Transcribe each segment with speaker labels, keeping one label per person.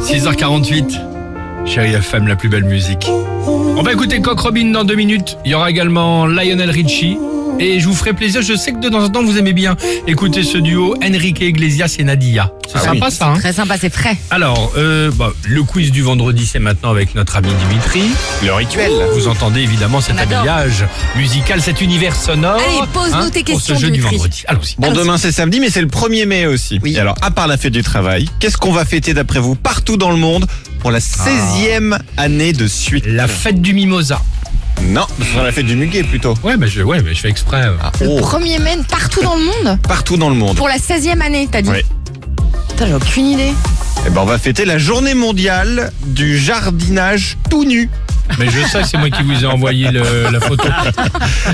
Speaker 1: 6h48. Chérie FM, la plus belle musique. On va écouter Coq Robin dans deux minutes. Il y aura également Lionel Richie. Et je vous ferai plaisir, je sais que de temps en temps vous aimez bien écouter ce duo Enrique Iglesias et Nadia. C'est sympa ça, hein
Speaker 2: Très sympa, c'est frais.
Speaker 1: Alors, euh, bah, le quiz du vendredi, c'est maintenant avec notre ami Dimitri.
Speaker 3: Le rituel.
Speaker 1: Vous entendez évidemment cet
Speaker 2: On adore.
Speaker 1: habillage musical, cet univers sonore. hein,
Speaker 2: Allez, pose-nous tes
Speaker 1: pour
Speaker 2: questions,
Speaker 1: ce jeu du
Speaker 2: Dimitri.
Speaker 1: vendredi. Allons-y.
Speaker 3: Bon,
Speaker 2: Alors,
Speaker 3: demain c'est samedi, mais c'est le 1er mai aussi.
Speaker 2: Oui.
Speaker 3: Et alors, à part la fête du travail, qu'est-ce qu'on va fêter d'après vous partout dans le monde pour
Speaker 1: Ah.
Speaker 3: la 16e année de suite
Speaker 1: La fête du Mimosa.
Speaker 3: Non, ce sera la fête du muguet plutôt.
Speaker 1: Ouais, mais je, ouais, mais je fais exprès. euh.
Speaker 3: Ah,
Speaker 2: Le
Speaker 3: oh,
Speaker 2: 1er mai partout dans le monde
Speaker 3: partout dans le monde.
Speaker 2: Pour la 16e année, t'as dit
Speaker 3: Ouais.
Speaker 2: Putain, j'ai aucune idée.
Speaker 3: Eh ben, on va fêter la journée mondiale du jardinage tout nu.
Speaker 1: Mais je sais, c'est moi qui vous ai envoyé le- la photo.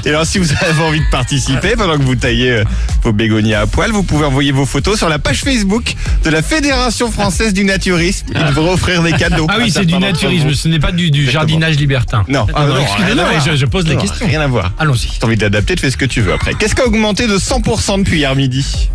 Speaker 3: Et alors, si vous avez envie de participer pendant que vous taillez euh, vos bégonias à poil, vous pouvez envoyer vos photos sur la page Facebook de la Fédération française du naturisme. Ils vont offrir des cadeaux.
Speaker 1: Ah
Speaker 3: à
Speaker 1: oui, c'est du
Speaker 3: certains d'entre
Speaker 1: naturisme,
Speaker 3: vous.
Speaker 1: ce n'est pas du, du
Speaker 3: Exactement.
Speaker 1: jardinage libertin.
Speaker 3: Non,
Speaker 1: Ah non, excusez-moi,
Speaker 3: rien à
Speaker 1: mais
Speaker 3: voir.
Speaker 1: je, je pose la
Speaker 3: Non,
Speaker 1: question.
Speaker 3: Rien à voir.
Speaker 1: Allons-y.
Speaker 3: Si t'as envie de l'adapter, tu fais ce que tu veux après. Qu'est-ce qui a augmenté de 100% depuis hier midi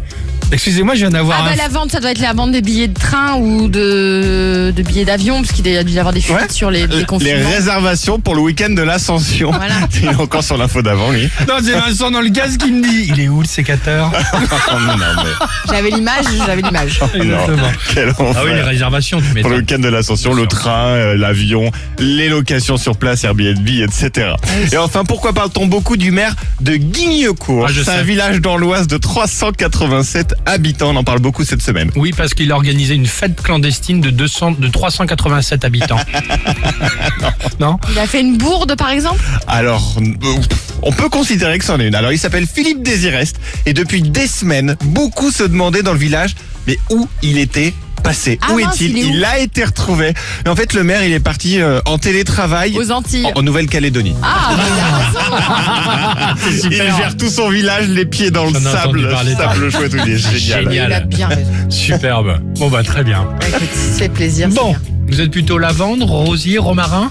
Speaker 1: Excusez-moi, je viens d'avoir
Speaker 2: Ah
Speaker 1: un
Speaker 2: bah la vente, ça doit être la vente des billets de train ou de, de billets d'avion, parce qu'il y a dû y avoir des fuites
Speaker 3: Ouais.
Speaker 2: sur les, les confinements.
Speaker 3: réservations pour le week-end de l'ascension.
Speaker 2: Voilà.
Speaker 3: Il est encore sur l'info d'avant, lui.
Speaker 1: Non, c'est Vincent dans le gaz qui me dit Il est où le sécateur
Speaker 3: Oh non, non, mais-
Speaker 2: J'avais l'image, j'avais l'image.
Speaker 1: Exactement.
Speaker 3: Quel enfer.
Speaker 1: Ah oui, les réservations, tu
Speaker 3: Pour le
Speaker 1: m'étonnes.
Speaker 3: week-end de l'ascension, le train, euh, l'avion, les locations sur place, Airbnb, etc.
Speaker 1: Ah,
Speaker 3: Et enfin, pourquoi parle-t-on beaucoup du maire de Guignecourt
Speaker 1: Ah, je
Speaker 3: C'est un
Speaker 1: sais.
Speaker 3: village dans l'Oise de 387 habitants. On en parle beaucoup cette semaine.
Speaker 1: Oui, parce qu'il a organisé une fête clandestine de, 200, de 387 habitants. non
Speaker 2: Il a fait une bourde, par exemple
Speaker 3: Alors, euh, on peut considérer que c'en est une. Alors, il s'appelle Philippe Désirest et depuis des semaines, beaucoup se demandaient dans le village, mais où il était passé
Speaker 2: Ah
Speaker 3: Où
Speaker 2: mince, il
Speaker 3: est-il
Speaker 2: est où
Speaker 3: a été retrouvé. Mais en fait, le maire, il est parti euh, en télétravail.
Speaker 2: Aux Antilles.
Speaker 3: en
Speaker 1: Oh,
Speaker 3: en Nouvelle-Calédonie.
Speaker 2: Ah, bah, il a raison. Ah,
Speaker 3: il gère tout son village les pieds dans le
Speaker 1: J'en ai entendu
Speaker 3: sable.
Speaker 1: parler de ça.
Speaker 3: Sable chouette, il est génial.
Speaker 1: oh, Génial.
Speaker 2: il a bien raison.
Speaker 1: Superbe. Bon, bah, très bien.
Speaker 2: Bah, Écoute, c'est plaisir. c'est
Speaker 1: Bon,
Speaker 2: bien.
Speaker 1: vous êtes plutôt lavande, rosier, romarin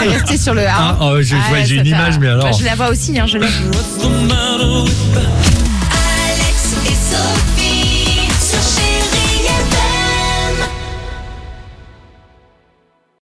Speaker 2: T'es resté sur le
Speaker 1: Ah,
Speaker 2: A.
Speaker 1: oh, je-
Speaker 2: Ah,
Speaker 1: ouais, J'ai
Speaker 2: ça
Speaker 1: une
Speaker 2: t'a-
Speaker 1: image, mais
Speaker 2: Bah,
Speaker 1: alors.
Speaker 2: je la vois aussi, hein, je l'ai.
Speaker 4: Alex et Sophie.